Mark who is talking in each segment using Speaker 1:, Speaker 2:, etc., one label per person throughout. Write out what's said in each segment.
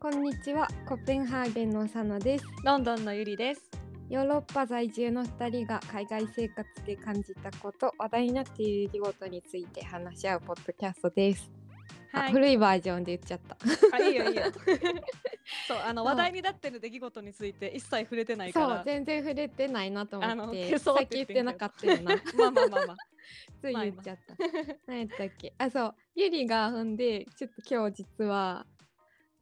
Speaker 1: こんにちは、コペンハーゲンの佐野です。
Speaker 2: ロンドンのゆりです。
Speaker 1: ヨーロッパ在住の2人が海外生活で感じたこと、話題になっている出来事について話し合うポッドキャストです。あ
Speaker 2: はい。
Speaker 1: 古いバージョンで言っちゃった。
Speaker 2: あいいよい いよ。そうあ
Speaker 1: そ
Speaker 2: の
Speaker 1: う
Speaker 2: 話題になってる出来事について一切触れてないか
Speaker 1: そう
Speaker 2: ら。、
Speaker 1: 全然触れてないなと
Speaker 2: あ
Speaker 1: 思っ
Speaker 2: の
Speaker 1: て、
Speaker 2: 消そう
Speaker 1: 先
Speaker 2: って
Speaker 1: 言
Speaker 2: 言
Speaker 1: っ
Speaker 2: ってて
Speaker 1: なん
Speaker 2: だよ
Speaker 1: かったよな。
Speaker 2: まあまあまあまあ。
Speaker 1: つい
Speaker 2: まあ
Speaker 1: 言っちゃった。何やったっけあ、そう。ゆりがほんで、ちょっと今日実は、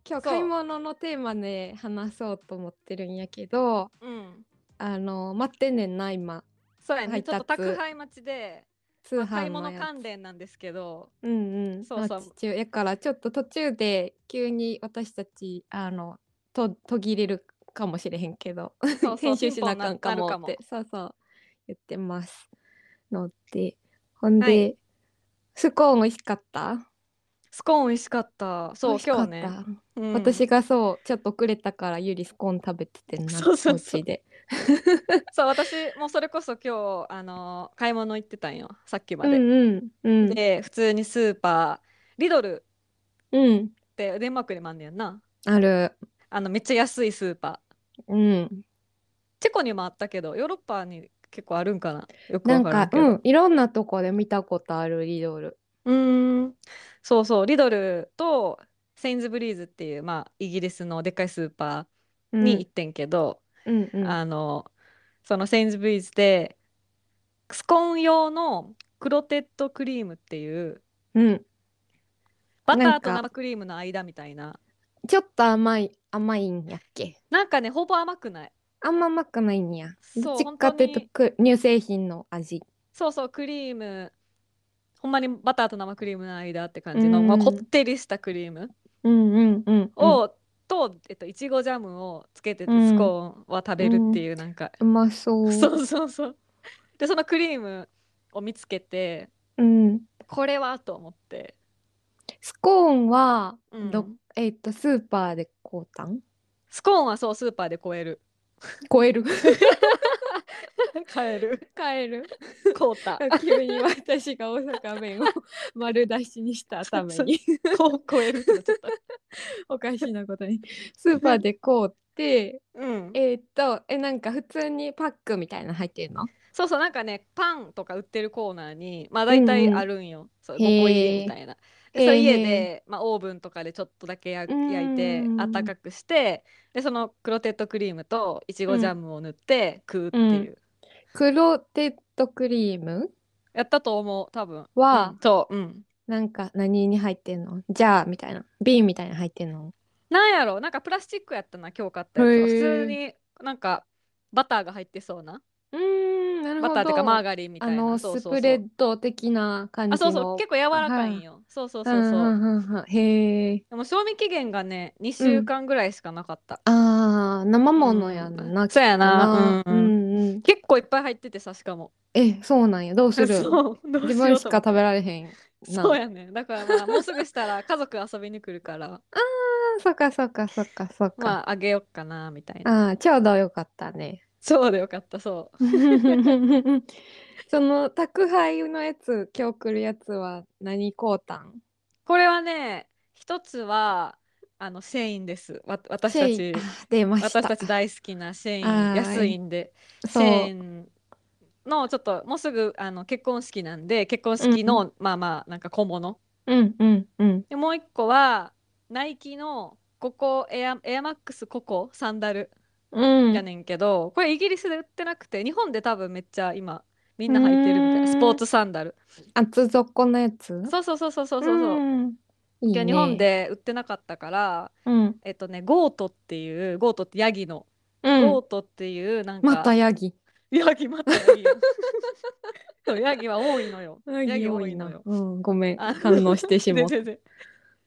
Speaker 1: 今日
Speaker 2: そう
Speaker 1: 買い物のテーマで話そうと思ってるんやけど、
Speaker 2: うん。
Speaker 1: あの、待ってんねんな、今。
Speaker 2: そうや
Speaker 1: 配
Speaker 2: ね。
Speaker 1: 達
Speaker 2: ちょっと宅配待ちで
Speaker 1: 通販のやつ。
Speaker 2: 買い物関連なんですけど、
Speaker 1: うんうん、
Speaker 2: そうそう
Speaker 1: まあ途中やからちょっと途中で急に私たちあのと途切れるかもしれへんけど
Speaker 2: そうそう
Speaker 1: 編集しなあかんかも
Speaker 2: ピンポン
Speaker 1: っ
Speaker 2: なる
Speaker 1: てそうそう言ってますのでほんで、
Speaker 2: はい
Speaker 1: スコーン美味しかった
Speaker 2: スコーン美味しかった。そう
Speaker 1: 美味しか
Speaker 2: 今
Speaker 1: っ
Speaker 2: 日
Speaker 1: た
Speaker 2: ね。うん
Speaker 1: 私がそうちょっと遅れたからゆりスコーン食べててんな
Speaker 2: そうそうそ
Speaker 1: お
Speaker 2: う
Speaker 1: 家で
Speaker 2: そう私もそれこそ今日あの買い物行ってたんよ。さっきま
Speaker 1: う
Speaker 2: で。
Speaker 1: んうんうん
Speaker 2: で普通にスーパーリドル
Speaker 1: うん
Speaker 2: ってデンマークにもあんねやんな。
Speaker 1: ある
Speaker 2: あのめっちゃ安いスーパー。
Speaker 1: うん
Speaker 2: チェコにもあったけどヨーロッパに結構あるんかなよく
Speaker 1: な
Speaker 2: わ
Speaker 1: ん
Speaker 2: から
Speaker 1: か
Speaker 2: んけど
Speaker 1: うんいろんなとこで見たことあるリドル
Speaker 2: うーんそうそうリドルとセインズブリーズっていう、まあ、イギリスのでっかいスーパ
Speaker 1: う
Speaker 2: ー
Speaker 1: ん
Speaker 2: に行ってんけど、
Speaker 1: うんうん
Speaker 2: あのそのセインズブリーズでスコーン用のクロテッドクリームっていう
Speaker 1: うん
Speaker 2: バタ
Speaker 1: な
Speaker 2: ー
Speaker 1: ん
Speaker 2: と
Speaker 1: か
Speaker 2: 生クリームの間みたいな
Speaker 1: ちょっと甘い、甘いんやっけ
Speaker 2: なんかねほぼ甘くない
Speaker 1: あんま甘くないんや。
Speaker 2: そう
Speaker 1: どっちかっていうと
Speaker 2: 本
Speaker 1: く乳製品の味。
Speaker 2: そうそうクリームほんまにバターと生クリームの間って感じの、
Speaker 1: うん
Speaker 2: まあ、こってりしたクリーム
Speaker 1: うんうんうん、
Speaker 2: を、と、えっと、いちごジャムをつけてて
Speaker 1: うん
Speaker 2: スコーンは食べるっていうなんか、
Speaker 1: うまそう。
Speaker 2: そうそうそうでそのクリームを見つけて
Speaker 1: うん。
Speaker 2: これはと思って、
Speaker 1: スコーンは、
Speaker 2: うん
Speaker 1: どえっ、と、スーパーで買うたん
Speaker 2: スコーンはそうスーパーで買える
Speaker 1: 超える。
Speaker 2: 買える
Speaker 1: 買える。
Speaker 2: 買うた
Speaker 1: 急に私が大阪弁を 丸出しにしたために、
Speaker 2: こう買えるってなっちゃった
Speaker 1: おかしなことに。スーパーで買うって、
Speaker 2: うん
Speaker 1: えっ、と、え、なんか普通にパックみたいなの入ってるの
Speaker 2: そうそうなんかねパンとか売ってるコーナーにまあ大体あるんよ、そう
Speaker 1: へー
Speaker 2: 5個入りみたいなで
Speaker 1: へー
Speaker 2: それ家で、まあ、オーブンとかでちょっとだけ焼
Speaker 1: うん
Speaker 2: 焼いて温かくしてでそのクロテッドクリームといちごジャムを塗って食うっていう、
Speaker 1: 黒テッドクリーム
Speaker 2: やったと思う多分
Speaker 1: は
Speaker 2: うんそううん
Speaker 1: なんか何に入ってんのじゃあみたいな瓶みたいな入ってんの
Speaker 2: なんやろなんかプラスチックやったな今日買ったやつは
Speaker 1: へー
Speaker 2: 普通になんかバターが入ってそうな
Speaker 1: うーんなる
Speaker 2: バターっていうかマー
Speaker 1: ガ
Speaker 2: ガリンみた
Speaker 1: あ
Speaker 2: いな
Speaker 1: の
Speaker 2: そう
Speaker 1: ス
Speaker 2: そうそ
Speaker 1: プ
Speaker 2: う
Speaker 1: レッド的な感じの
Speaker 2: あそうそう結構柔らかいんよ、そうそうそうそう、
Speaker 1: んうんうんうんへえ
Speaker 2: でも賞味期限がね2週間ぐらいしかなかった、
Speaker 1: あー生ものやんな、
Speaker 2: うんそうやな、
Speaker 1: う
Speaker 2: うんんうん
Speaker 1: うん
Speaker 2: 結構いっぱい入っててさしかも
Speaker 1: えそうなんやどうする
Speaker 2: そうどう
Speaker 1: 自
Speaker 2: しよ
Speaker 1: 分
Speaker 2: う
Speaker 1: し
Speaker 2: と
Speaker 1: か
Speaker 2: 思って
Speaker 1: 食べられへんな
Speaker 2: そうやねだからまあもうすぐしたら家族遊びに来 るから
Speaker 1: あそっかそっかそっかそっか、
Speaker 2: まああげよっかなみたいな
Speaker 1: あーちょうどよかったね
Speaker 2: そうでよかったそう
Speaker 1: その宅配のやつ今日来るやつは何こうたん
Speaker 2: これはね一つはあのシェインですわ私た
Speaker 1: シェイ
Speaker 2: ち
Speaker 1: ンあー出ました
Speaker 2: 私たち大好きなシェイ
Speaker 1: あー
Speaker 2: ン安いんでシ
Speaker 1: そう
Speaker 2: ェインのちょっともうすぐあの結婚式なんで結婚式の、まあまあなんか小物
Speaker 1: うんうんうん。
Speaker 2: でもう一個はナイキのココエアエアマックスココサンダル
Speaker 1: うん。
Speaker 2: やねんけど、これイギリスで売ってなくて日本で多分めっちゃ今みんな履いてるみたい
Speaker 1: う
Speaker 2: な
Speaker 1: ーん
Speaker 2: スポーツサンダル
Speaker 1: 厚底のやつ。そう
Speaker 2: そうそうそうそうそうそうそう、
Speaker 1: んいい
Speaker 2: いや
Speaker 1: ね。
Speaker 2: 日本。で売ってなかったから
Speaker 1: うん。
Speaker 2: えっとねゴートっていうゴートってヤギの、
Speaker 1: うん
Speaker 2: ゴ。ートっていうなんか
Speaker 1: またヤギ。
Speaker 2: ヤギまたヤ ギよそうヤギは多いのよヤギ多いのよ
Speaker 1: うん、ごめん。
Speaker 2: あ
Speaker 1: 反応してしも
Speaker 2: 全
Speaker 1: う
Speaker 2: 然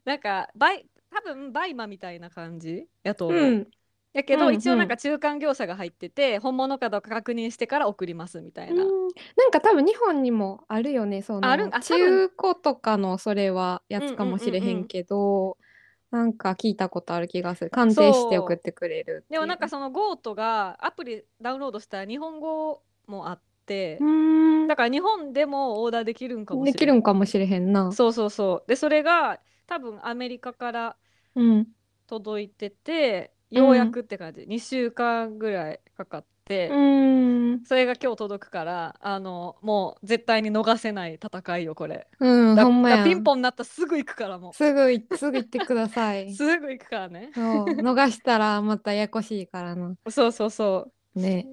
Speaker 2: なんかバイ多分バイマみたいな感じやと思う、
Speaker 1: うん。
Speaker 2: やけど、
Speaker 1: うん
Speaker 2: 一応なんか中間業者が入ってて本物かどうか確認してから送りますみたいな、
Speaker 1: うんなんか多分日本にもあるよね。その
Speaker 2: あるあ多
Speaker 1: 中
Speaker 2: 分
Speaker 1: 古とかのそれはやつかもしれへんけど、なんか聞いたことある気がする。鑑定して送ってくれるってい
Speaker 2: で
Speaker 1: う
Speaker 2: もなんかその GOTO がアプリダウンロードしたら日本語もあって、
Speaker 1: うん
Speaker 2: だから日本でもオーダーできるんかもしれ
Speaker 1: で
Speaker 2: ない
Speaker 1: きるんかもしれへんな。
Speaker 2: そうそうそうでそれが多分アメリカから
Speaker 1: うん。
Speaker 2: 届いててようやくって感じ、2週間ぐらいかかって、
Speaker 1: うん。
Speaker 2: それが今日届くからあのもう絶対に逃せない戦いよこれ、
Speaker 1: うん、
Speaker 2: だ
Speaker 1: ほんま
Speaker 2: だ
Speaker 1: や
Speaker 2: ピン
Speaker 1: ん。
Speaker 2: ポンになったらすぐ行くからも
Speaker 1: すぐい、 すぐ行ってくださ
Speaker 2: う
Speaker 1: い。
Speaker 2: すぐ行くからね
Speaker 1: そう、逃したらまたややこしいからな。
Speaker 2: そうそうそ
Speaker 1: ね。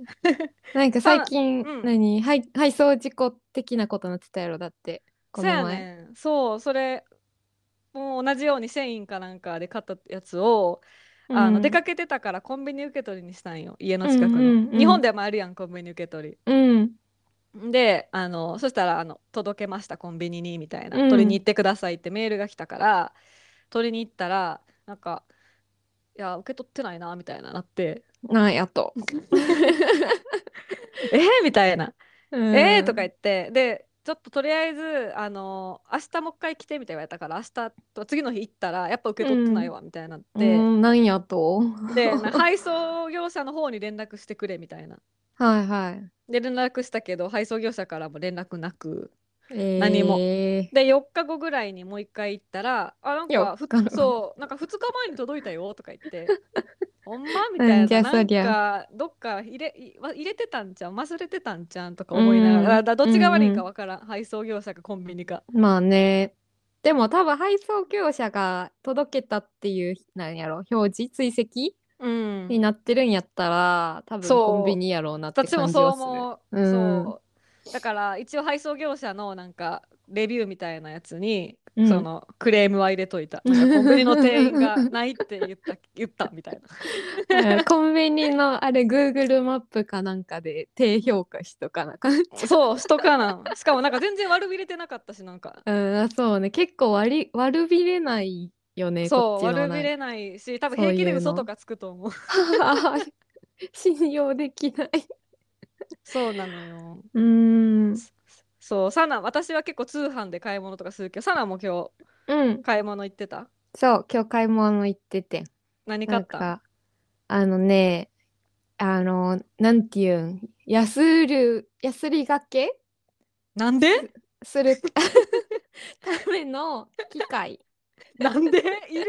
Speaker 1: なんか最近、
Speaker 2: ただうん
Speaker 1: 何、はい、配送事故的なことになってたやろ、だって。
Speaker 2: う
Speaker 1: こ
Speaker 2: そうや
Speaker 1: の前。
Speaker 2: ねんそうそれもう同じように繊維かなんかで買ったやつを、あの出か
Speaker 1: け。
Speaker 2: けてたからコンビニ受け取りにしたんよ家の近く
Speaker 1: うんうん
Speaker 2: の、
Speaker 1: うん
Speaker 2: 日本でもあるやんコンビニ受け取り
Speaker 1: うん。
Speaker 2: であのそしたらあの「届けましたコンビニに」みたいな
Speaker 1: うん
Speaker 2: 「取りに行ってください」ってメールが来たから、取りに行ったらなんか「いや受け取ってないな」みたいななって
Speaker 1: なんやと。
Speaker 2: 「えー、みたいな「
Speaker 1: うん
Speaker 2: えー、とか言ってでちょっととりあえずあの明日もう一回来てみたいな言われたから明日と次の日行ったらやっぱ受け取ってないわみたいになって、
Speaker 1: うん、なんやと。
Speaker 2: で な配送業者の方に連絡してくれみたいな。
Speaker 1: はいはい。
Speaker 2: で連絡したけど配送業者からも連絡なく
Speaker 1: えー、
Speaker 2: 何もで4日後ぐらいにもう一回行ったら「あなんかふ
Speaker 1: 4日後
Speaker 2: そうなんか2日前に届いたよ」とか言 って「ほんま?」みたいな
Speaker 1: なんじゃ
Speaker 2: な
Speaker 1: そ
Speaker 2: ん
Speaker 1: りゃ
Speaker 2: かどっか入れいわ入れてたんちゃう忘れてたんちゃうんとか思いながら、
Speaker 1: うん
Speaker 2: だどっちが悪い
Speaker 1: うんう
Speaker 2: か
Speaker 1: ん
Speaker 2: わからん、配送業者かコンビニか
Speaker 1: まあね。でも多分配送業者が届けたっていうなんやろ表示追跡
Speaker 2: うん
Speaker 1: になってるんやったら多分
Speaker 2: そう
Speaker 1: コンビニやろうなって
Speaker 2: 私も
Speaker 1: 感じ
Speaker 2: そう
Speaker 1: はする。
Speaker 2: 思う、
Speaker 1: うん
Speaker 2: そうだから一応配送業者のなんかレビューみたいなやつに、
Speaker 1: うん
Speaker 2: そのクレームは入れといたなんかコンビニの店員がないって言った言ったみ たいな
Speaker 1: うんコンビニのあれ Google マップかなんかで低評価しとかな 感じ。
Speaker 2: そう、しとかな。しかもなんか全然悪びれてなかったし、なんか。
Speaker 1: うん、そうね結構割り悪びれないよねこ
Speaker 2: そ
Speaker 1: っ
Speaker 2: う、
Speaker 1: ちの
Speaker 2: 悪
Speaker 1: な
Speaker 2: び
Speaker 1: い。
Speaker 2: れないし、多分平気
Speaker 1: そうい
Speaker 2: で
Speaker 1: うの
Speaker 2: 嘘とかつくと思 う。
Speaker 1: 信用できない。
Speaker 2: そうなのよ。
Speaker 1: うん。
Speaker 2: そう、サナ、私は結構通販で買い物とかするけど、サナも今
Speaker 1: うん
Speaker 2: 日。買い物行ってた
Speaker 1: そう、今日買い物行ってて。
Speaker 2: 何
Speaker 1: な
Speaker 2: 買
Speaker 1: ん
Speaker 2: った
Speaker 1: か、あのね、あの、なんていうん、安売る、安売りがけ
Speaker 2: なんです
Speaker 1: る ための機械。
Speaker 2: なんでいる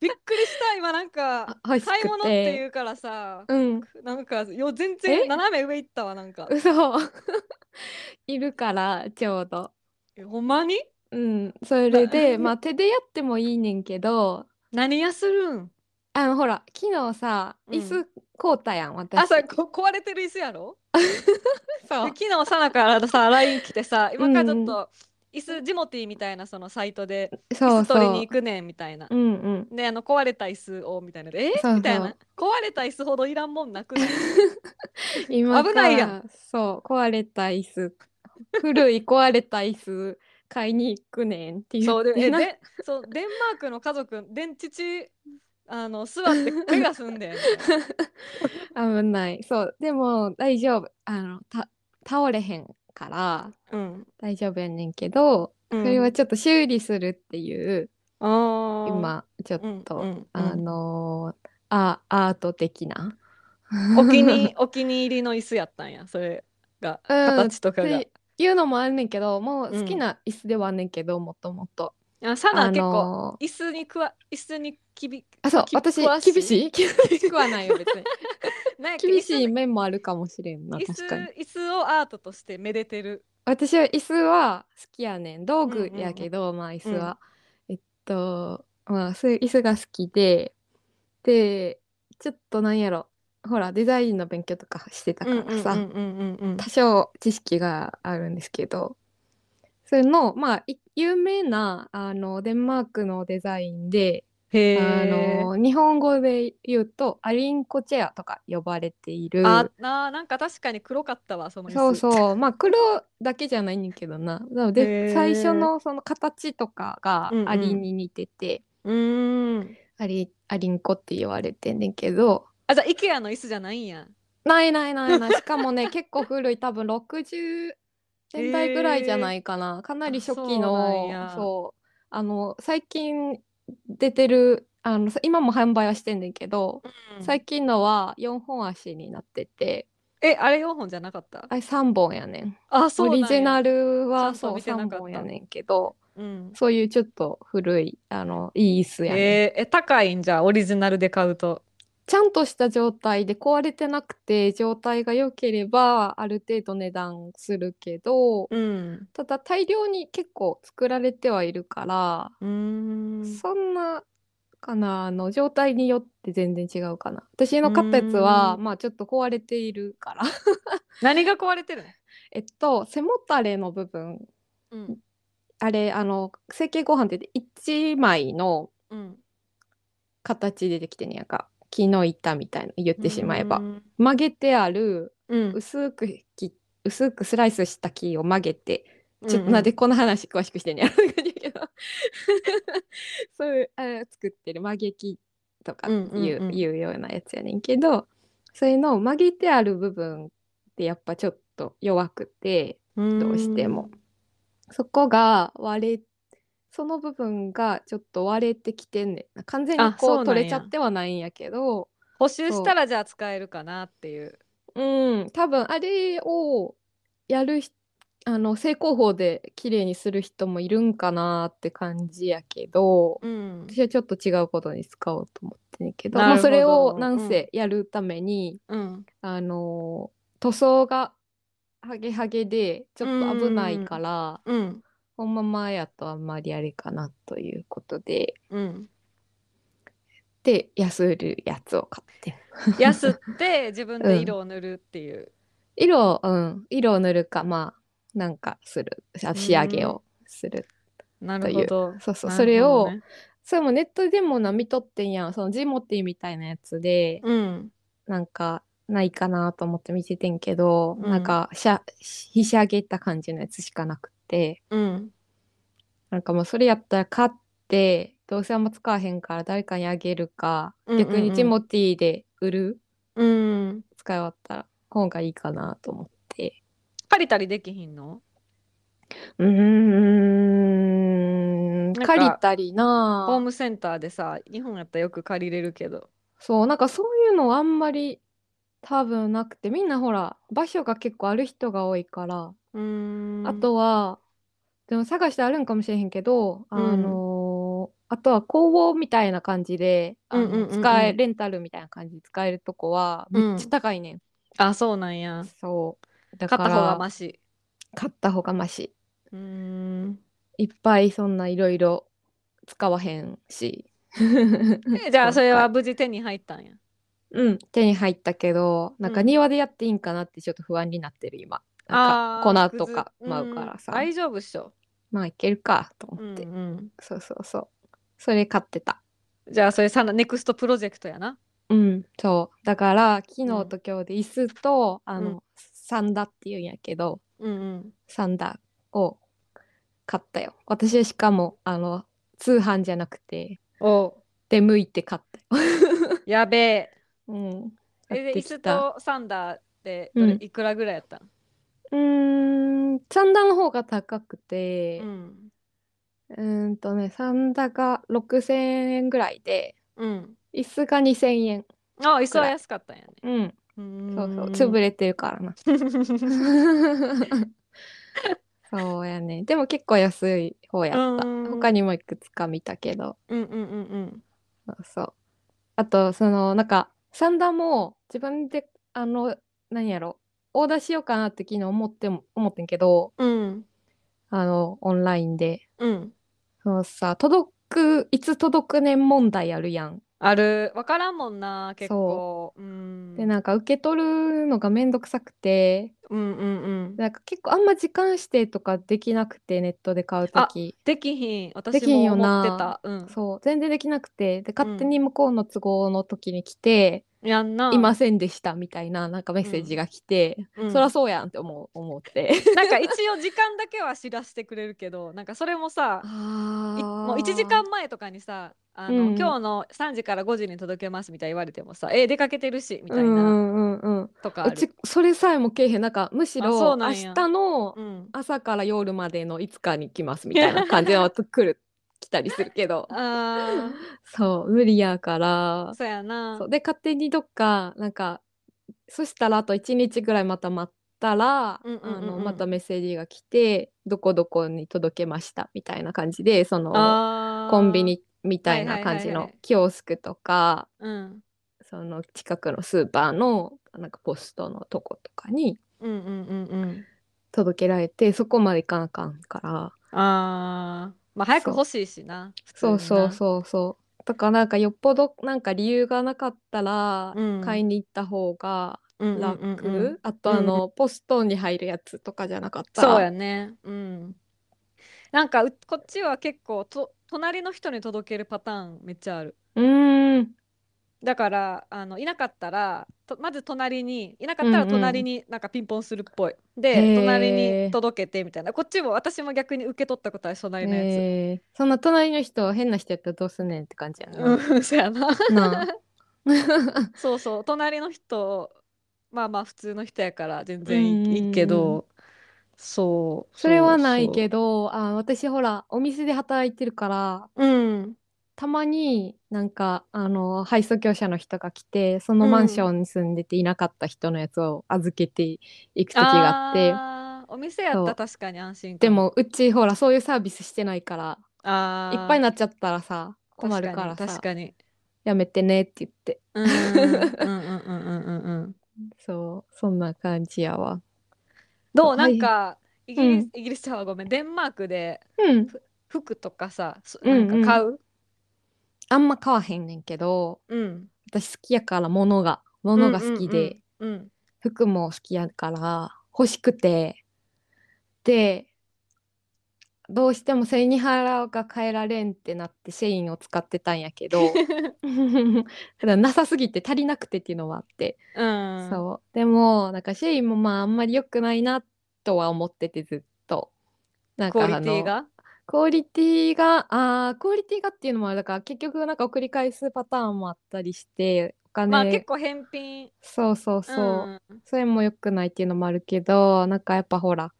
Speaker 2: びっくりした、今なんか、
Speaker 1: あ欲しくて
Speaker 2: 買い物っていうからさ、
Speaker 1: うん、
Speaker 2: なんかよ全
Speaker 1: え
Speaker 2: 然斜め上行ったわ、なんか。
Speaker 1: 嘘。いるから、ちょうど。
Speaker 2: えほんまに
Speaker 1: うん、それ で、まあ、手でやってもいいねんけど、
Speaker 2: 何やするん
Speaker 1: あの、ほら、昨日さ、
Speaker 2: うん
Speaker 1: 椅子買うたやん、私。
Speaker 2: 朝こ壊れてる椅子やろ
Speaker 1: そう
Speaker 2: で昨日さなから さ LINE 来てさ今からちょっ
Speaker 1: う
Speaker 2: と椅子ジモティーみたいなそのサイトで
Speaker 1: そう
Speaker 2: 椅子取り
Speaker 1: そう
Speaker 2: に行くねんみたいな。
Speaker 1: うんうん。
Speaker 2: であの壊れた椅子をみたいなでえ
Speaker 1: そうそう
Speaker 2: みたいな壊れた椅子ほどいらんもんなくない
Speaker 1: 今
Speaker 2: 危ないやん
Speaker 1: からそう壊れた椅子古い壊れた椅子買いに行くねんって言
Speaker 2: そう
Speaker 1: っ
Speaker 2: で
Speaker 1: て
Speaker 2: え
Speaker 1: な
Speaker 2: でそうデンマークの家族でん父あの座って怪我すんで
Speaker 1: 危ないそうでも大丈夫あのた倒れへんから
Speaker 2: うん、
Speaker 1: 大丈夫やねんけどそれはちょっと修理するっていう、
Speaker 2: ょ
Speaker 1: 今ちょっと、あのーあアート的な
Speaker 2: お気にお気に入りの椅子やったんやそれが
Speaker 1: うん
Speaker 2: 形とかが
Speaker 1: っ。ていうのもあんねんけどもう
Speaker 2: うん
Speaker 1: 好きな椅子ではあんねんけど、もともと。
Speaker 2: あサナ
Speaker 1: あ
Speaker 2: 結構
Speaker 1: のー
Speaker 2: 椅子にくわ椅子にきび
Speaker 1: あ、そう、
Speaker 2: き
Speaker 1: 私、
Speaker 2: 詳しい
Speaker 1: 厳しい 厳しくはない よ、別に。
Speaker 2: なんやっけ
Speaker 1: 厳しい面もあるかもしれんな、
Speaker 2: 椅
Speaker 1: 確かに。
Speaker 2: 子椅子をアートとしてめでてる。
Speaker 1: 私は椅子は好きやねん。道具やけど、まあ、椅子は。えっと、まあ、そういう椅子が好きで、で、ちょっとなんやろ、ほら、デザインの勉強とかしてたからさ、
Speaker 2: うんうんうんうんうん
Speaker 1: 多少知識があるんですけど、それの、まあ、い有名な、あの、デンマークのデザインで、
Speaker 2: へ
Speaker 1: あ
Speaker 2: え。
Speaker 1: の日本語で言うとアリンコチェアとか呼ばれている
Speaker 2: あなあなんか確かに黒かったわその椅子。
Speaker 1: そうそうまあ黒だけじゃないねんけどななの
Speaker 2: へ
Speaker 1: で
Speaker 2: ー
Speaker 1: 最初のその形とかが
Speaker 2: うんうん
Speaker 1: アリに似てて、
Speaker 2: うーん。
Speaker 1: アリアリンコって言われてんねんけど
Speaker 2: あじゃあ IKEA の椅子じゃないんや。
Speaker 1: ないないないないしかもね結構古い多分60年代ぐらいじゃないかな、かなり初期
Speaker 2: そうなん
Speaker 1: の
Speaker 2: や
Speaker 1: そうあの最近出てるあの今も販売はしてんねんけど、最近のは4本足になってて
Speaker 2: えあれ4本じゃなかった
Speaker 1: あ。れ3本やねん
Speaker 2: あそう
Speaker 1: オ
Speaker 2: なんや
Speaker 1: リジナルは
Speaker 2: ちゃんと
Speaker 1: そう
Speaker 2: 見てなかった
Speaker 1: 3本やねんけど
Speaker 2: ううん
Speaker 1: そういうちょっと古いあのいい椅子やね、
Speaker 2: えーえ高いんじゃオリジナルで買うと
Speaker 1: ちゃんとした状態で壊れてなくて状態が良ければある程度値段するけど、
Speaker 2: うん
Speaker 1: ただ大量に結構作られてはいるから、
Speaker 2: うーん
Speaker 1: そんなかなあの状態によって全然違うかな私の買ったやつは
Speaker 2: う
Speaker 1: まあちょっと壊れているから
Speaker 2: 何が壊れてるの、
Speaker 1: えっと背もたれの部分
Speaker 2: うん
Speaker 1: あれあの成形ご飯って言って1枚の
Speaker 2: うん、
Speaker 1: 形でできてんねやんか木の板みたいな言ってしまえば、
Speaker 2: うん
Speaker 1: 曲げてある
Speaker 2: うん、
Speaker 1: 薄く切薄くスライスした木を曲げてちょっ
Speaker 2: うん
Speaker 1: となんでこの話詳しくしてんねや ろって感じやけどそういうあ作ってる曲げ木とかいう,、
Speaker 2: うんうんうん
Speaker 1: いうようなやつやねんけどそれの曲げてある部分ってやっぱちょっと弱くて
Speaker 2: うん
Speaker 1: どうしてもそこが割れその部分がちょっと割れてきてんねん完全に
Speaker 2: あ
Speaker 1: こ
Speaker 2: そうな
Speaker 1: うん取れ
Speaker 2: や
Speaker 1: ちゃってはないんやけど
Speaker 2: 補修したらじゃあ使えるかなっていう
Speaker 1: うん多分あれをやるひあの成功法で綺麗にする人もいるんかなって感じやけど
Speaker 2: うん
Speaker 1: 私はちょっと違うことに使おうと思ってんねんけど
Speaker 2: な
Speaker 1: まあ、
Speaker 2: るほど
Speaker 1: それをなんせやるために、
Speaker 2: うん
Speaker 1: あの塗装がハゲハゲでちょっと危ないから、
Speaker 2: うん
Speaker 1: このままやとあんまりあれかなということで
Speaker 2: うん
Speaker 1: で安売るやつを買ってん
Speaker 2: やすって自分で色を塗るっていう、
Speaker 1: 色を、うん、色を塗るかまあなんかするあ仕上げをする
Speaker 2: なるほど
Speaker 1: そうそう
Speaker 2: なるほどね
Speaker 1: それをそれもネットでもな見とってんやんそのジモティーみたいなやつで、
Speaker 2: うん
Speaker 1: なんかないかなと思って見ててんけど、
Speaker 2: うん
Speaker 1: なんかしゃひしゃげた感じのやつしかなくて
Speaker 2: うん
Speaker 1: なんかもうそれやったら買ってどうせあんま使わへんから誰かにあげるか、
Speaker 2: うんうんうん
Speaker 1: 逆にジモティーで売る
Speaker 2: うん
Speaker 1: 使い終わったら方がいいかなと思って
Speaker 2: 借りたりできひんの
Speaker 1: うーん
Speaker 2: なんか
Speaker 1: 借りたりな
Speaker 2: ホームセンターでさ日本やったらよく借りれるけど
Speaker 1: そうなんかそういうのはあんまり多分なくてみんなほら場所が結構ある人が多いから、
Speaker 2: うーん
Speaker 1: あとはでも探してあるんかもしれへんけど、あのーあとは工房みたいな感じであの
Speaker 2: うんうんうんうん
Speaker 1: 使えレンタルみたいな感じで使えるとこはめっちゃ高いねん、
Speaker 2: あそうなんや
Speaker 1: そうだか
Speaker 2: 買った
Speaker 1: ら
Speaker 2: 方がマシ
Speaker 1: 買った方がまし
Speaker 2: うーん
Speaker 1: いっぱいそんないろいろ使わへんし
Speaker 2: えじゃあそれは無事手に入ったんや
Speaker 1: うん、手に入ったけど、なんか
Speaker 2: うん
Speaker 1: 庭でやっていいんかなってちょっと不安になってる今。なん
Speaker 2: あ
Speaker 1: か
Speaker 2: ー
Speaker 1: 粉とか
Speaker 2: くず
Speaker 1: 舞うからさ
Speaker 2: ん、大丈夫っしょ、
Speaker 1: まあいけるかと
Speaker 2: うん
Speaker 1: 思って。
Speaker 2: うん
Speaker 1: そうそうそう。それ買ってた。
Speaker 2: じゃあそれさネクストプロジェクトやな
Speaker 1: うん、そう。だから昨日と今日で椅子と、あ
Speaker 2: うん
Speaker 1: の、サンダっていうんやけど、
Speaker 2: うんうん
Speaker 1: サンダを買ったよ。私はしかも、あの、通販じゃなくて、
Speaker 2: お
Speaker 1: 出向いて買ったよ。
Speaker 2: やべえ
Speaker 1: うん。
Speaker 2: え
Speaker 1: 買っ
Speaker 2: で
Speaker 1: て
Speaker 2: 椅
Speaker 1: き
Speaker 2: 子
Speaker 1: た
Speaker 2: とサンダーでどれ、
Speaker 1: うん
Speaker 2: いくらぐらいやったん、
Speaker 1: うーん、サンダの方が高くて、
Speaker 2: ん
Speaker 1: うーんとね、サンダが6000円ぐらいで、
Speaker 2: うん、
Speaker 1: 椅子が2000円。
Speaker 2: あ椅子は安かったんやね
Speaker 1: うん、そうそう、潰
Speaker 2: れ
Speaker 1: れてるからな。 そうやね。でも結構安い方やった。
Speaker 2: うん
Speaker 1: 他にもいくつか見たけど、
Speaker 2: うんうんうんうん
Speaker 1: そうそう。あと、その、なんか、サンダも自分で、あの、何やろ、オーダーしようかなって昨日思っても、思ってんけど、
Speaker 2: うん
Speaker 1: あの、オンラインで。
Speaker 2: うん
Speaker 1: そのさ、届く、いつ届くねん問題あるやん。
Speaker 2: あるわからんもんな結構うん
Speaker 1: でなんか受け取るのがめんどくさくて
Speaker 2: うんうんうん
Speaker 1: なんか結構あんま時間指定とかできなくてネットで買うとき
Speaker 2: できひん
Speaker 1: で
Speaker 2: 私
Speaker 1: きん
Speaker 2: も
Speaker 1: よな
Speaker 2: 思ってたうん
Speaker 1: そう全然できなくてで勝手に向こうの都合の時に来て、
Speaker 2: やんない
Speaker 1: ませんでしたみたいななんかメッセージが来て、
Speaker 2: うん
Speaker 1: そりゃそうやんって思う思って
Speaker 2: なんか一応時間だけは知らせてくれるけどなんかそれ もさいも
Speaker 1: も
Speaker 2: う1時間前とかにさあの、
Speaker 1: うん
Speaker 2: 今日の3時から5時に届けますみたいな言われてもさえ出かけてるしみ
Speaker 1: み
Speaker 2: たいな、
Speaker 1: うんうんうんうん
Speaker 2: とかあ
Speaker 1: う
Speaker 2: る
Speaker 1: ちそれさえもけえへんなんかむし
Speaker 2: あそ
Speaker 1: ろ明
Speaker 2: うなんや
Speaker 1: 日の
Speaker 2: うん、
Speaker 1: 朝から夜までのいつかに来ますみたいな感じのと来る来たりするけど
Speaker 2: あ
Speaker 1: そう無理やから
Speaker 2: ーそうやな
Speaker 1: そうで勝手にどっかなんかそしたらあと1日ぐらいまた待ったら、
Speaker 2: うんうんうんうん
Speaker 1: あのまたメッセージが来てどこどこに届けましたみたいな感じでその
Speaker 2: あー
Speaker 1: コンビ、ニみたいな感じ
Speaker 2: はいはいはいは
Speaker 1: の
Speaker 2: い
Speaker 1: キオスクとか
Speaker 2: うん、
Speaker 1: その近くのスーパーのなんかポストのとことかに
Speaker 2: うんうんうんうん
Speaker 1: 届けられてそこまで行かなあかんから
Speaker 2: あーまあ早く
Speaker 1: そう
Speaker 2: 欲しいしな
Speaker 1: そうそう
Speaker 2: う
Speaker 1: そうそうだからなんかよっぽどなんか理由がなかったら
Speaker 2: うん
Speaker 1: 買いに行った方が楽、
Speaker 2: 楽、うんうんうん
Speaker 1: あとあの、ポストに入るやつとかじゃなかったら
Speaker 2: そうやねうんなんかうこっちは結構と隣の人に届けるパターンめっちゃある
Speaker 1: うーん
Speaker 2: だからあのいなかったらとまず隣にいなか
Speaker 1: う
Speaker 2: った
Speaker 1: ん
Speaker 2: ら
Speaker 1: うん
Speaker 2: 隣になんかピンポンするっぽい、
Speaker 1: へ
Speaker 2: で
Speaker 1: ー
Speaker 2: 隣に届けてみたいなこっちも私も逆に受け取ったことは初ないのやつ、
Speaker 1: えーそんな隣の人変な人やったらどうすんねんって感じやな。
Speaker 2: うん そやな
Speaker 1: なあ
Speaker 2: そうそう隣の人まあまあ普通の人やから全然いい,、
Speaker 1: うん
Speaker 2: けどそう
Speaker 1: それはないけ
Speaker 2: ど
Speaker 1: どあ私ほらお店で働いてるから
Speaker 2: うん
Speaker 1: たまになんかあの配送業者の人が来てそのマンションに住んでていなかった人のやつを預けていく時があって、
Speaker 2: あーお店やった
Speaker 1: そ
Speaker 2: ら
Speaker 1: う
Speaker 2: 確かに安心か
Speaker 1: でもうちほらそういうサービスしてないから
Speaker 2: あ
Speaker 1: いっ
Speaker 2: ー
Speaker 1: ぱいになっちゃったらさ困るから
Speaker 2: 確
Speaker 1: さ
Speaker 2: かに
Speaker 1: やめてねって言って
Speaker 2: 確 かにうんうんうんうんうんうんうん
Speaker 1: そうそんな感じやわ。
Speaker 2: どうな
Speaker 1: はい
Speaker 2: んかイギリ
Speaker 1: う
Speaker 2: スイギリスちゃんはごめんデンマークで
Speaker 1: うん、
Speaker 2: 服とかさそ
Speaker 1: うん
Speaker 2: な
Speaker 1: うん
Speaker 2: んか買う
Speaker 1: あんま買わへんねんけど
Speaker 2: うん
Speaker 1: 私好きやから物が物が好きで、
Speaker 2: うんうん
Speaker 1: 服も好きやから欲しくてでどうしても背に腹が変えられんってなってシェインを使ってたんやけ どただなさすぎて足りなくてっていうのもあって、
Speaker 2: うんうん
Speaker 1: そうでもなんかシェインもまああんまり良くないなとは思っててずっと。なん
Speaker 2: ク
Speaker 1: かあ
Speaker 2: オリ
Speaker 1: の
Speaker 2: ティが
Speaker 1: クオリティがあークオリティがっていうのもあるだから結局なんか繰り返すパターンもあったりしてお金、
Speaker 2: まあ結構返品
Speaker 1: そうそうそう、
Speaker 2: うん
Speaker 1: それも良くないっていうのもあるけどなんかやっぱほら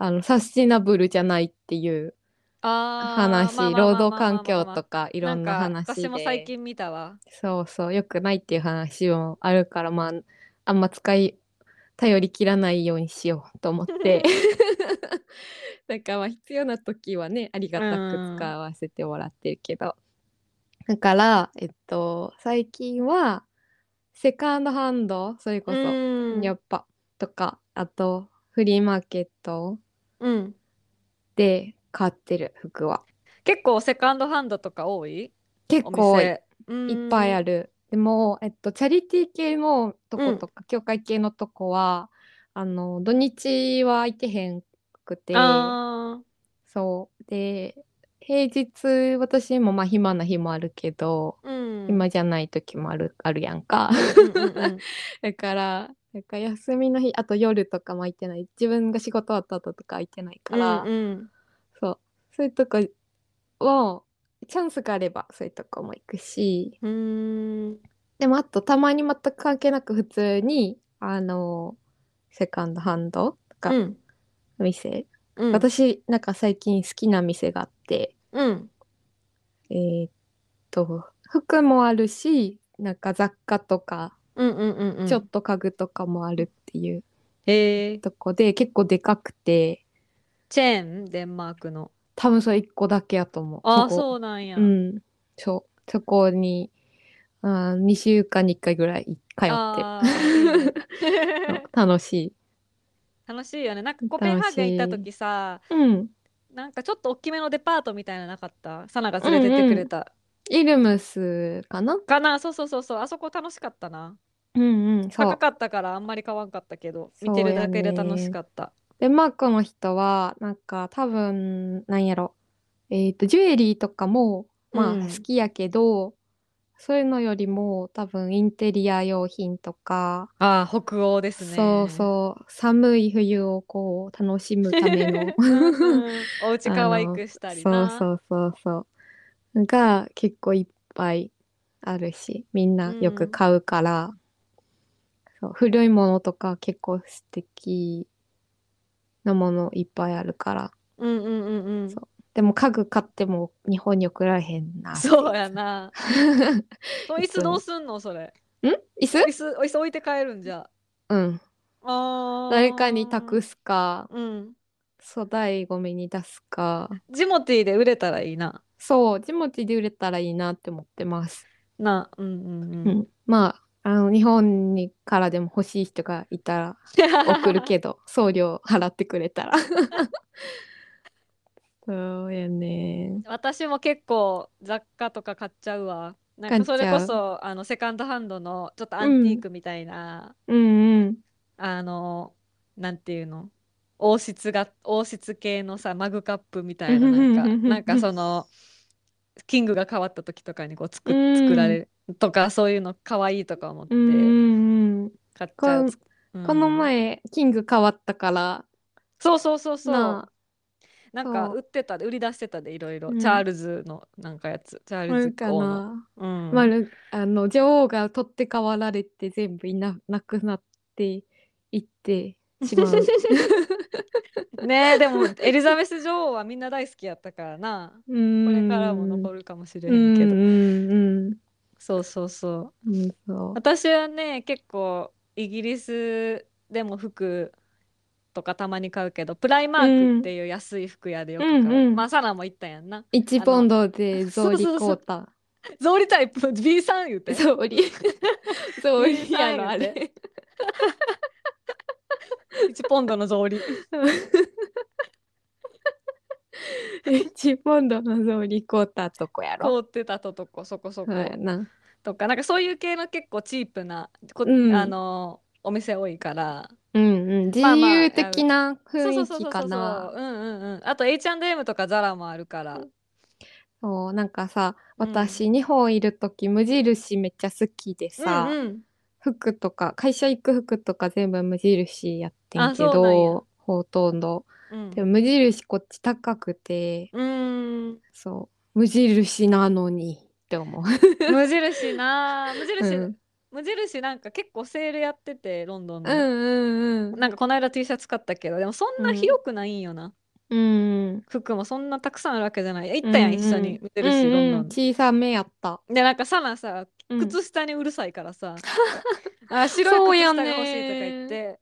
Speaker 1: あのサスティナブルじゃないっていう
Speaker 2: あー
Speaker 1: 話
Speaker 2: まあまあまあまあまあ
Speaker 1: 労働環境とかいろんな
Speaker 2: なんか
Speaker 1: 話で
Speaker 2: 私も最近見たわ
Speaker 1: そうそう良くないっていう話もあるからまああんま使い頼り切らないようにしようと思って なんかまあ必要な時はねありがたく使わせてもらってるけど、だからえっと最近はセカンドハンドそれこそ、
Speaker 2: うん
Speaker 1: やっぱとかあとフリーマーケット
Speaker 2: うん
Speaker 1: で買ってる服は
Speaker 2: 結構セカンドハンドとか多い
Speaker 1: 結
Speaker 2: お
Speaker 1: 構い
Speaker 2: 店うん
Speaker 1: っぱいあるでも、えっと、チャリティー系のとことか、教会系のとこはあの土日は空いてへんくて
Speaker 2: あー
Speaker 1: そうで平日私もまあ暇な日もあるけど、
Speaker 2: うん
Speaker 1: 暇じゃない時もあるあるやんか
Speaker 2: うんうんうん
Speaker 1: だからなんか休みの日あと夜とかも空いてない自分が仕事終わった後とか空いてないから、
Speaker 2: うんうん
Speaker 1: そう。そういうとこを、チャンスがあればそういうとこも行くし、
Speaker 2: うーん
Speaker 1: でもあとたまに全く関係なく普通に、あの、セカンドハンドとか、
Speaker 2: うん
Speaker 1: 店、
Speaker 2: うん
Speaker 1: 私、なんか最近好きな店があって、
Speaker 2: うん
Speaker 1: えーっと、服もあるし、なんか雑貨とか、
Speaker 2: うんうんうんうん
Speaker 1: ちょっと家具とかもあるっていう
Speaker 2: へえ
Speaker 1: とこで、結構でかくて、
Speaker 2: チェーンデンマークの
Speaker 1: 多分それ1個だけやと思う。
Speaker 2: ああ
Speaker 1: そこ
Speaker 2: そうなんや
Speaker 1: うん、そうそこに、あー2週間に1回ぐらい通って
Speaker 2: あ ーいいね
Speaker 1: 楽しい。
Speaker 2: 楽しいよねなんかコペンハーゲン行った時さ
Speaker 1: うん、
Speaker 2: なんかちょっと大きめのデパートみたいなのなかったサナが連れてってくれた
Speaker 1: イルムスかな
Speaker 2: かなそうそうそうそうあそこ楽しかったな
Speaker 1: うんうんそ
Speaker 2: 高
Speaker 1: う。
Speaker 2: かったからあんまり買わんかったけど
Speaker 1: そう
Speaker 2: 見
Speaker 1: やね
Speaker 2: てるだけで楽しかった
Speaker 1: デンマークの人はなんか多分なんやろえっ、とジュエリーとかもまあ
Speaker 2: うん
Speaker 1: 好きやけど、そういうのよりも多分インテリア用品とか、
Speaker 2: ああ北欧ですね
Speaker 1: そうそう寒い冬をこう楽しむための
Speaker 2: う んうんお家可愛くしたりな
Speaker 1: そうそうそうそうが結構いっぱいあるしみんなよく買うから、そう古いものとか結構素敵なものいっぱいあるから
Speaker 2: うんうんうんうん
Speaker 1: そでも家具買っても日本に送られへんな
Speaker 2: そうやなその椅
Speaker 1: いつも
Speaker 2: 子どうすんのそれ
Speaker 1: ん椅子
Speaker 2: 椅子椅子置いて帰るんじゃ
Speaker 1: うん
Speaker 2: あー
Speaker 1: 誰かに託すか
Speaker 2: うん
Speaker 1: 粗大ごみに出すか
Speaker 2: ジモティーで売れたらいいな
Speaker 1: そうジモティで売れたらいいなって思ってます、
Speaker 2: なうんうん
Speaker 1: う
Speaker 2: うん
Speaker 1: ん まああの日本にからでも欲しい人がいたら送るけど 送料払ってくれたら そうやね
Speaker 2: 私も結構雑貨とか買っちゃうわなん
Speaker 1: 買
Speaker 2: か
Speaker 1: っちゃ
Speaker 2: そうれこそあのセカンドハンドのちょっとアンティークみたいな、
Speaker 1: うんうん
Speaker 2: あのなんていうの王室が王室系のさマグカップみたいななんか
Speaker 1: うんうんうん うん
Speaker 2: なんかそのキングが変わった時とかにこう作
Speaker 1: うん
Speaker 2: 作られるとかそういうの可愛いとか思って
Speaker 1: うんうんうん
Speaker 2: 買っちゃう、
Speaker 1: こ
Speaker 2: うん
Speaker 1: この前キング変わったから
Speaker 2: そうそうそうそう
Speaker 1: なあ
Speaker 2: なんか
Speaker 1: そう
Speaker 2: 売ってたで売り出してたでいろいろ、
Speaker 1: うん
Speaker 2: チャールズのなんかやつチャー
Speaker 1: な
Speaker 2: ルズ
Speaker 1: んか
Speaker 2: 王の、
Speaker 1: な
Speaker 2: うん
Speaker 1: まるあの女王が取って代わられて全部いななくなっていってしまう
Speaker 2: ねえでもエリザベス女王はみんな大好きやったからな
Speaker 1: こ
Speaker 2: これ
Speaker 1: れ
Speaker 2: からも残るかもしれ
Speaker 1: うん
Speaker 2: けど、
Speaker 1: ん
Speaker 2: そうそうそ
Speaker 1: う
Speaker 2: う
Speaker 1: んうんそう
Speaker 2: 私はね結構イギリスでも服とかたまに買うけどプライマークっていう安い服屋でよく買
Speaker 1: う
Speaker 2: う、
Speaker 1: んうんうん
Speaker 2: まあサナも言ったやんな
Speaker 1: 1ポンドで
Speaker 2: そ
Speaker 1: ゾ
Speaker 2: う
Speaker 1: ー
Speaker 2: そ
Speaker 1: リ
Speaker 2: うそう
Speaker 1: コータ
Speaker 2: ゾウリタイプ B さん言 って
Speaker 1: ゾーリ ゾーリやろあ
Speaker 2: いいサイン
Speaker 1: れ
Speaker 2: 1ポンドのゾ ウリ
Speaker 1: 1ポンドのゾーリコータとこやろ
Speaker 2: 凍ってたととこそこそこ、
Speaker 1: そうやな
Speaker 2: とかなんかそういう系の結構チープなこ、
Speaker 1: うん
Speaker 2: あのお店多いから
Speaker 1: うんうん自
Speaker 2: まあまあ
Speaker 1: 由的な雰
Speaker 2: そう
Speaker 1: 囲
Speaker 2: そう
Speaker 1: 気
Speaker 2: そう
Speaker 1: か
Speaker 2: そう
Speaker 1: な
Speaker 2: そううんうんうんあと H&M とかザラもあるから
Speaker 1: そうなんかさ
Speaker 2: うん
Speaker 1: 私日本いる時無印めっちゃ好きでさ、
Speaker 2: うんうん
Speaker 1: 服とか会社行く服とか全部無印やってんけ
Speaker 2: あそうなんや
Speaker 1: どほとんど
Speaker 2: うん
Speaker 1: でも無印こっち高くて
Speaker 2: うーん
Speaker 1: そう無印なのにって思う
Speaker 2: 無印なあ無印、
Speaker 1: うん
Speaker 2: 無印なんか結構セールやっててロンド
Speaker 1: う
Speaker 2: ンの、
Speaker 1: んうんうん
Speaker 2: なんかこの間 T シャツ買ったけどでもそんな広くないんよな、
Speaker 1: うん
Speaker 2: 服もそんなたくさんあるわけじゃない行ったやん、一緒に無
Speaker 1: うんうん
Speaker 2: 印ロンドン、
Speaker 1: 小さめやった
Speaker 2: でなんかサナさ
Speaker 1: うん
Speaker 2: 靴下にうるさいからさ、あ白い靴下が欲しいとか言って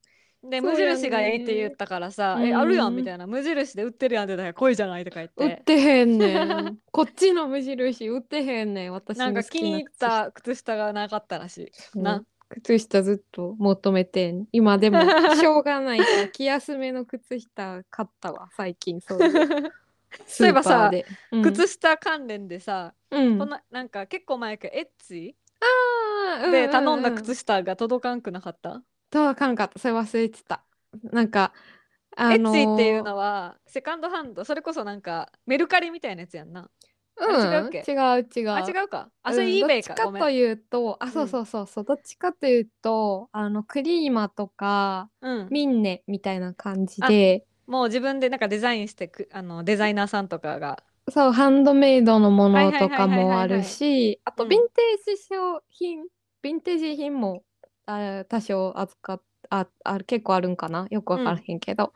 Speaker 2: で
Speaker 1: そう
Speaker 2: 無
Speaker 1: やね
Speaker 2: 印がええって言ったからさ「え
Speaker 1: うん
Speaker 2: あるやん」みたいな「無印で売ってるやん」ってだから恋じゃないとか言っ
Speaker 1: 売っててへんね んこっちの無印売ってへんねん私
Speaker 2: なん
Speaker 1: の
Speaker 2: か
Speaker 1: 好
Speaker 2: 気
Speaker 1: き
Speaker 2: に
Speaker 1: な
Speaker 2: 入った靴下がなかったらしい
Speaker 1: うん
Speaker 2: な
Speaker 1: 靴下ずっと求めてん今 でもしょうがないから着休めの靴下買ったわ最近そういうス
Speaker 2: そういえば
Speaker 1: ー
Speaker 2: さ
Speaker 1: パーでうん
Speaker 2: 靴下関連でさ
Speaker 1: うん
Speaker 2: こんななんか結構前やけどエッチ
Speaker 1: あー
Speaker 2: で頼んだ
Speaker 1: ううう
Speaker 2: 靴下が届かんくなかった
Speaker 1: とあかんかったそれ忘れてたなんか
Speaker 2: エ
Speaker 1: あ
Speaker 2: ッ
Speaker 1: の
Speaker 2: チ
Speaker 1: ー
Speaker 2: っていうのはセカンドハンドそれこそなんかメルカリみたいなやつやんなあ違うっけ
Speaker 1: うん違う違う
Speaker 2: あ違うかあ
Speaker 1: うん
Speaker 2: それ eBay
Speaker 1: どっ
Speaker 2: か
Speaker 1: ち
Speaker 2: ご
Speaker 1: か
Speaker 2: め
Speaker 1: と
Speaker 2: ん
Speaker 1: いうとあ
Speaker 2: ん
Speaker 1: そうそうそうそうどっちかというとあのクリーマとか
Speaker 2: うん
Speaker 1: ミンネみたいな感じで
Speaker 2: もう自分でなんかデザインしてくあのデザイナーさんとかが
Speaker 1: そうハンドメイドのものとか
Speaker 2: はいはいはいはいはい
Speaker 1: も
Speaker 2: はい
Speaker 1: あるしあと
Speaker 2: う
Speaker 1: ヴ
Speaker 2: ん
Speaker 1: ィンテージ商品ヴィンテージ品もあ多少扱っああ結構あるんかなよくわからへんけど、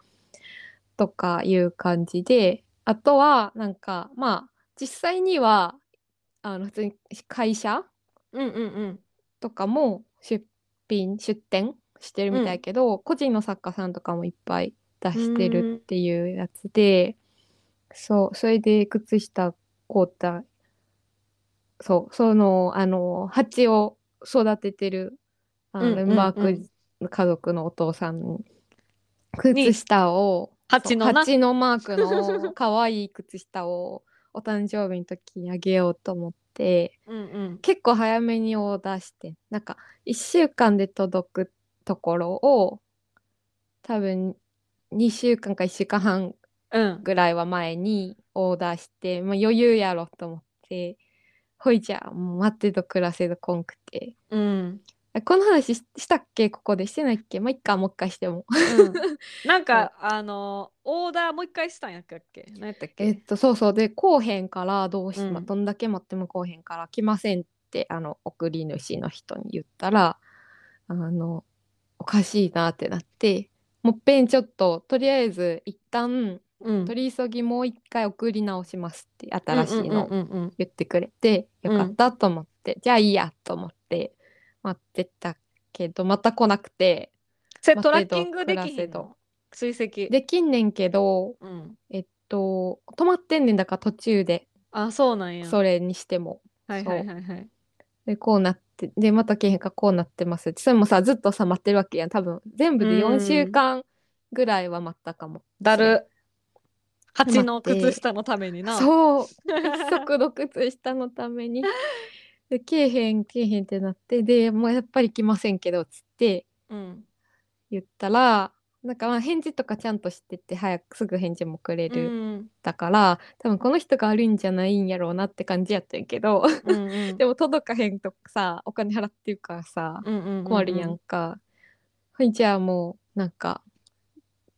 Speaker 1: とかいう感じであとはなんかまあ実際にはあの普通に会社
Speaker 2: うんうんうん
Speaker 1: とかも出品出店してるみたいやけど、個人の作家さんとかもいっぱい出してるっていうやつで、そうそれで靴下凍ったそうそのあの蜂を育ててるあ
Speaker 2: う
Speaker 1: の
Speaker 2: んうん
Speaker 1: ル
Speaker 2: うん
Speaker 1: ンバーク家族のお父さんに靴下を
Speaker 2: 蜂の
Speaker 1: そう
Speaker 2: な
Speaker 1: 蜂のマークの可愛い靴下をお誕生日の時にあげようと思って。
Speaker 2: うんうん
Speaker 1: 結構早めにオーダーしてなんか1週間で届くところを多分2週間か1週間半
Speaker 2: うん
Speaker 1: ぐらいは前にオーダーして、まあ、余裕やろと思ってほいじゃあもう待ってと暮らせどこんくて
Speaker 2: うん、
Speaker 1: あこの話ししたっけここでしてないっけまあいっかもう一回しても
Speaker 2: なんかあのオーダーもう一回したんやったっけ何やったっけ
Speaker 1: えっとそうそうでこうへんからどうし、
Speaker 2: うん
Speaker 1: まあ、どんだけ待ってもこうへんから来ませんってあの送り主の人に言ったらあのおかしいなってなってもっぺんちょっととりあえず一旦
Speaker 2: うん
Speaker 1: 取り急ぎもう一回送り直しますって新しい
Speaker 2: うんう
Speaker 1: の
Speaker 2: んうん
Speaker 1: 言ってくれて
Speaker 2: うん
Speaker 1: よかったと思って、じゃあいいやと思って待ってたけどまた来なくて
Speaker 2: それトラッキングできへん
Speaker 1: バスケと
Speaker 2: の追跡
Speaker 1: できんねんけど、
Speaker 2: うん、
Speaker 1: えっと、止まってんねんだから途中で、
Speaker 2: あそうなんや
Speaker 1: それにしても。
Speaker 2: はいはいはいはい
Speaker 1: で、こうなって、で、またけへんか、こうなってますって。それもさ、ずっとさ、待ってるわけやん。多分、全部で
Speaker 2: うん
Speaker 1: 4週間ぐらいは待ったかも。
Speaker 2: だる蜂の
Speaker 1: 待って
Speaker 2: 靴下のためになう
Speaker 1: そう。速度靴下のために。で、けえへん、けえへんってなって、で、もうやっぱり来ませんけど、つって
Speaker 2: うん
Speaker 1: 言ったら、なんかまあ返事とかちゃんとしてて、早くすぐ返事もくれ
Speaker 2: う
Speaker 1: る
Speaker 2: ん
Speaker 1: だから、多分この人が悪いんじゃないんやろうなって感じやったんやけ ど、
Speaker 2: うんうん
Speaker 1: でも届かへんとさ、お金払ってるからさ、
Speaker 2: うんうんうんうん
Speaker 1: 困るやんか。はい、じゃあもう、なんか、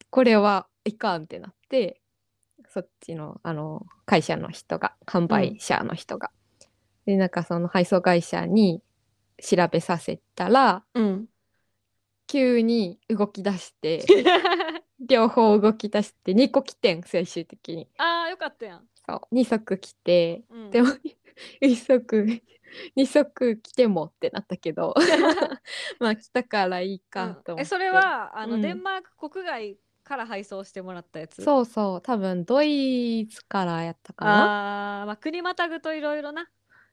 Speaker 1: これはいかんってなって、そっちの、あの、会社の人が、販売者の人が。で、なんかその配送会社に調べさせたら、
Speaker 2: うん
Speaker 1: 急に動き出 して、両方動き出して、2個来てん、最終的に。
Speaker 2: あーよかったやん、
Speaker 1: そう、2足来て、
Speaker 2: うん、
Speaker 1: でも、1足、2足来てもってなったけど、 まあ来たからいいかと思っ
Speaker 2: うん
Speaker 1: て。
Speaker 2: えそれはあの、
Speaker 1: うん
Speaker 2: デンマーク国外から配送してもらったやつう
Speaker 1: そうそう多分ドイツからやったかな
Speaker 2: あー、まあ、国またぐといろいろな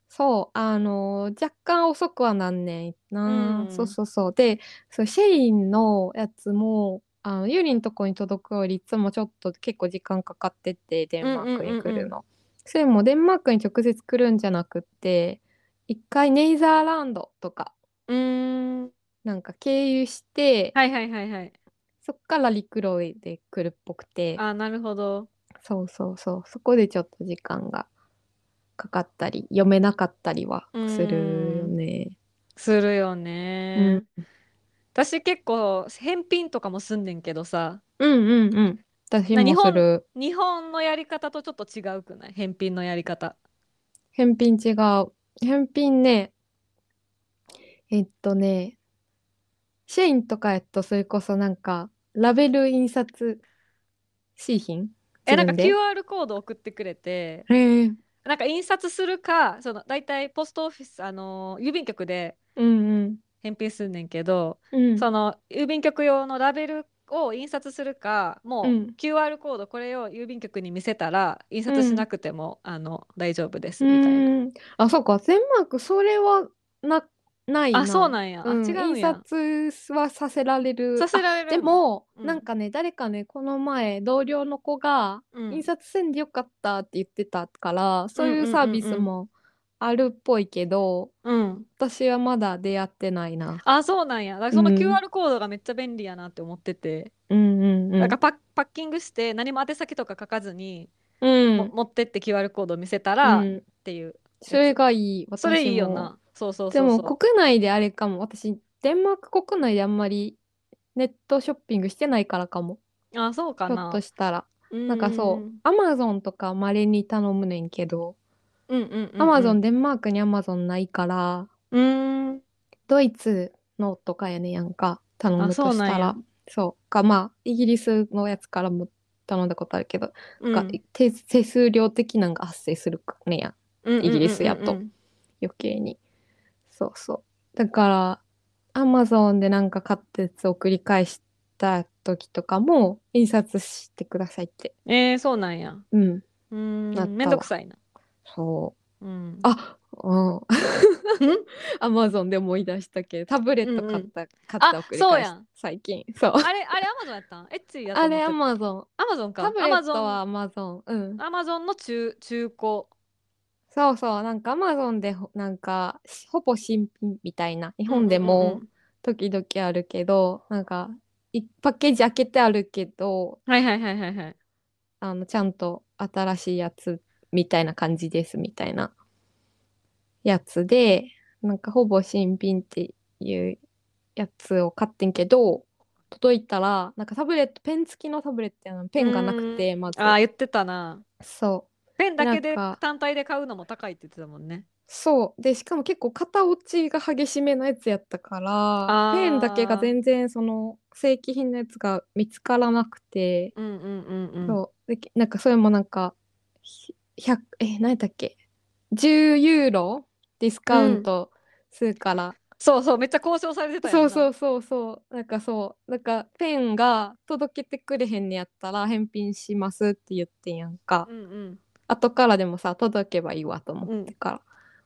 Speaker 1: そうあのー若干遅くはなんねんな、
Speaker 2: うん
Speaker 1: そうそうそうでそうシェインのやつもあのユリのとこに届くよりいつもちょっと結構時間かかっててデンマークに来
Speaker 2: うんうんうんう
Speaker 1: る
Speaker 2: ん
Speaker 1: の、それもデンマークに直接来るんじゃなくって一回ネイザーランドとか
Speaker 2: うーん
Speaker 1: なんか経由して、
Speaker 2: はいはいはいはい
Speaker 1: そっから陸路で来るっぽくて
Speaker 2: あーなるほど
Speaker 1: そうそうそうそこでちょっと時間がかかったり読めなかったりはするよね。
Speaker 2: するよ
Speaker 1: う
Speaker 2: ね、
Speaker 1: ん、
Speaker 2: 私結構返品とかもすんねんけどさ
Speaker 1: うん、うんうん私
Speaker 2: な日
Speaker 1: も
Speaker 2: 本
Speaker 1: する
Speaker 2: 日本のやり方とちょっと違うくない返品のやり方
Speaker 1: 返品違う返品ねえっとねシェインとかやとそれこそなんかラベル印刷製品
Speaker 2: えなんか
Speaker 1: 自分
Speaker 2: QR コード送ってくれて
Speaker 1: でへえ
Speaker 2: なんか印刷するかその大体ポストオフィスあのー郵便局で
Speaker 1: うん
Speaker 2: 返品すんねんけど、
Speaker 1: うんうん
Speaker 2: その郵便局用のラベルを印刷するかもう
Speaker 1: うん
Speaker 2: QR コードこれを郵便局に見せたら印刷しなくても、あの大丈夫です
Speaker 1: う
Speaker 2: みたいな。
Speaker 1: んあそうかデンマークそれはなないな
Speaker 2: あそうなんや、あ
Speaker 1: うん
Speaker 2: 違うん
Speaker 1: 印
Speaker 2: やん
Speaker 1: 刷はさせられる
Speaker 2: させられる
Speaker 1: あでも、
Speaker 2: うん
Speaker 1: なんかね誰かねこの前同僚の子が、
Speaker 2: うん
Speaker 1: 印刷せんでよかったって言ってたからそうい
Speaker 2: んうんう
Speaker 1: う
Speaker 2: んう
Speaker 1: うんサービスもあるっぽいけど、
Speaker 2: うん、
Speaker 1: 私はまだ出会ってないな。
Speaker 2: あそうなんやだからその
Speaker 1: うん
Speaker 2: QR コードがめっちゃ便利やなって思ってて、
Speaker 1: うんうんうん
Speaker 2: なんかパッパッキングして何も宛先とか書かずに、
Speaker 1: うん
Speaker 2: も持ってって QR コード見せたら、
Speaker 1: う
Speaker 2: っ
Speaker 1: ん
Speaker 2: ていう
Speaker 1: それがいい私
Speaker 2: それいいよ
Speaker 1: も
Speaker 2: なそうそう
Speaker 1: で
Speaker 2: そうそう
Speaker 1: も国内であれかも私デンマーク国内であんまりネットショッピングしてないからかも
Speaker 2: あそうか
Speaker 1: ひょっ
Speaker 2: な
Speaker 1: としたら
Speaker 2: な
Speaker 1: なんかそうアマゾンとかまれに頼むねんけど
Speaker 2: うんうんうんうん
Speaker 1: アマゾンデンマークにアマゾンないから
Speaker 2: うーん
Speaker 1: ドイツのとかやねやんか頼むと
Speaker 2: あそう
Speaker 1: し
Speaker 2: な
Speaker 1: た
Speaker 2: んや
Speaker 1: らそうかまあイギリスのやつからも頼んだことあるけど、
Speaker 2: うん
Speaker 1: が手手数料的なんが発生するかねやんイギリスやと
Speaker 2: うんうんうん
Speaker 1: 余計にそうそうだからアマゾンでなんか買ったやつを繰り返した時とかも印刷してくださいって
Speaker 2: うんえー、そうなんや
Speaker 1: うん
Speaker 2: うーん
Speaker 1: なったわ
Speaker 2: めんどくさいな、
Speaker 1: そ
Speaker 2: うん、
Speaker 1: あううんアマゾンで思い出したけどタブレット買った、買ったを繰り
Speaker 2: あそう
Speaker 1: 返
Speaker 2: や
Speaker 1: し
Speaker 2: ん
Speaker 1: 最近そう
Speaker 2: あれあれアマゾンやったんエッチやと
Speaker 1: あ
Speaker 2: 思って
Speaker 1: れ
Speaker 2: た
Speaker 1: アマゾン
Speaker 2: アマゾンか
Speaker 1: タブレットはアマゾン。うん。
Speaker 2: アマゾンの中中古
Speaker 1: そうそう。なんかアマゾンでほなんかしほぼ新品みたいな。日本で
Speaker 2: うんうん
Speaker 1: も
Speaker 2: うん
Speaker 1: 時々あるけど、なんかいパッケージ開けてあるけど、
Speaker 2: はいはいはいはいはい
Speaker 1: あのちゃんと新しいやつみたいな感じですみたいなやつで、なんかほぼ新品っていうやつを買ってんけど、届いたら、なんかタブレット、ペン付きのタブレットやのにペンがなくて、まず
Speaker 2: あ。ー言ってたな
Speaker 1: そう。
Speaker 2: ペンだけで
Speaker 1: なんか
Speaker 2: 単体で買うのも高いって言ってたもんね
Speaker 1: そうでしかも結構片落ちが激しめのやつやったから
Speaker 2: あー
Speaker 1: ペンだけが全然その正規品のやつが見つからなくて、
Speaker 2: うんうんうんうん
Speaker 1: そうできなんかそれもなんかひ100え何やったっけ10ユーロディスカウントするから、
Speaker 2: そうそうめっちゃ交渉されてたよ
Speaker 1: そう
Speaker 2: な
Speaker 1: そうそうそうなんかそうなんかペンが届けてくれへんねやったら返品しますって言ってんやんか、
Speaker 2: うんうん
Speaker 1: 後からでもさ届けばいいわと思ってから、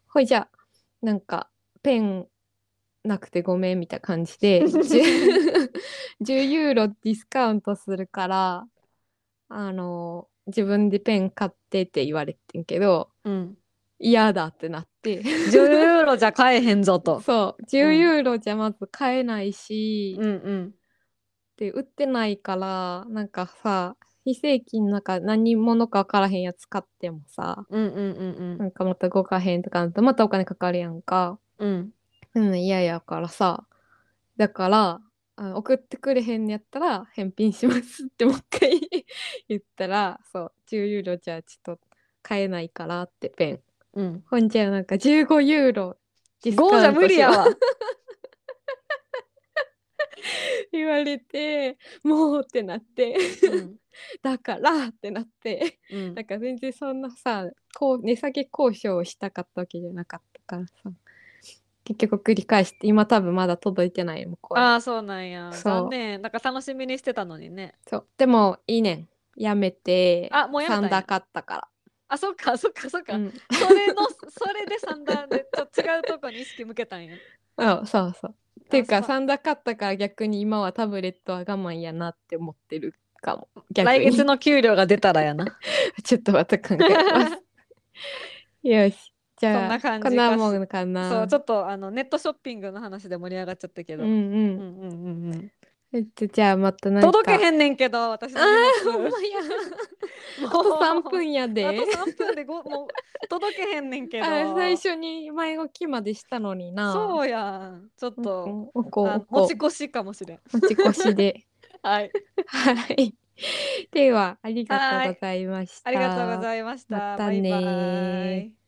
Speaker 1: ほいじゃあなんかペンなくてごめんみたいな感じ で 10, 10ユーロディスカウントするからあの自分でペン買ってって言われてんけど
Speaker 2: うん
Speaker 1: 嫌だってな って
Speaker 2: 10ユーロじゃ買えへんぞと
Speaker 1: そう
Speaker 2: う
Speaker 1: 10
Speaker 2: ん
Speaker 1: ユーロじゃまず買えないし、
Speaker 2: うんうん
Speaker 1: で売ってないからなんかさ非正規の中何者か分からへんやつ買ってもさ、
Speaker 2: うんうんうん
Speaker 1: なんかまた動かへんとかなるとまたお金かかるやんか。
Speaker 2: うんうん
Speaker 1: うん、嫌やからさ。だから、あ送ってくれへんのやったら返品しますってもう一回言ったら、そう、10ユーロじゃちょっと買えないからってペン。
Speaker 2: うん
Speaker 1: ほんじゃなんか15ユーロディスカウン
Speaker 2: 5
Speaker 1: ト
Speaker 2: じゃ無理や
Speaker 1: しろ
Speaker 2: わ
Speaker 1: 言われて、もうってなって、
Speaker 2: うん
Speaker 1: だからってなって、
Speaker 2: うん
Speaker 1: なんか全然そんなさこう値下げ交渉をしたかったわけじゃなかったからさ結局繰り返して今多分まだ届いてない向こうに
Speaker 2: ああそうなんや
Speaker 1: そう
Speaker 2: 残念なんか楽しみにしてたのにね
Speaker 1: そうでもいいねんやめて
Speaker 2: あもうやめたん
Speaker 1: サン
Speaker 2: や
Speaker 1: ダー買ったか
Speaker 2: あそっかそっかそっ
Speaker 1: ら
Speaker 2: か、それのそれで三段でちょっと違うとこに意識向けたんや
Speaker 1: うん、うん、そうそうっていう
Speaker 2: あ
Speaker 1: か
Speaker 2: そう
Speaker 1: サンダー買ったから逆に今はタブレットは我慢やなって思ってるかも逆に
Speaker 2: 来月
Speaker 1: の
Speaker 2: の給料が出たらやな
Speaker 1: ちょっとまた考えます よしじゃあ
Speaker 2: そんな感じ
Speaker 1: こんなもんかな
Speaker 2: そうちょっとあのネットショッピングの話で盛り上がっちゃったけど、
Speaker 1: うん
Speaker 2: うん
Speaker 1: うん、
Speaker 2: うんうんうん
Speaker 1: えっとじゃあまたなんか
Speaker 2: 届けへんねんけど私の 荷
Speaker 1: ほん
Speaker 2: 物
Speaker 1: まや。
Speaker 2: もう
Speaker 1: あと三分やで。
Speaker 2: あ
Speaker 1: あ
Speaker 2: と3分でごもう届けへんねんけど
Speaker 1: 最初に前置きまでしたのにな。
Speaker 2: そうやんちょっ
Speaker 1: う
Speaker 2: と、
Speaker 1: ん。おこ
Speaker 2: あ
Speaker 1: お
Speaker 2: 持
Speaker 1: こ
Speaker 2: ち。越しかもしれん
Speaker 1: 持ち越しで。
Speaker 2: はい
Speaker 1: はい。 ではありがとうございました。
Speaker 2: ありがとうございました
Speaker 1: またねー
Speaker 2: バイバイ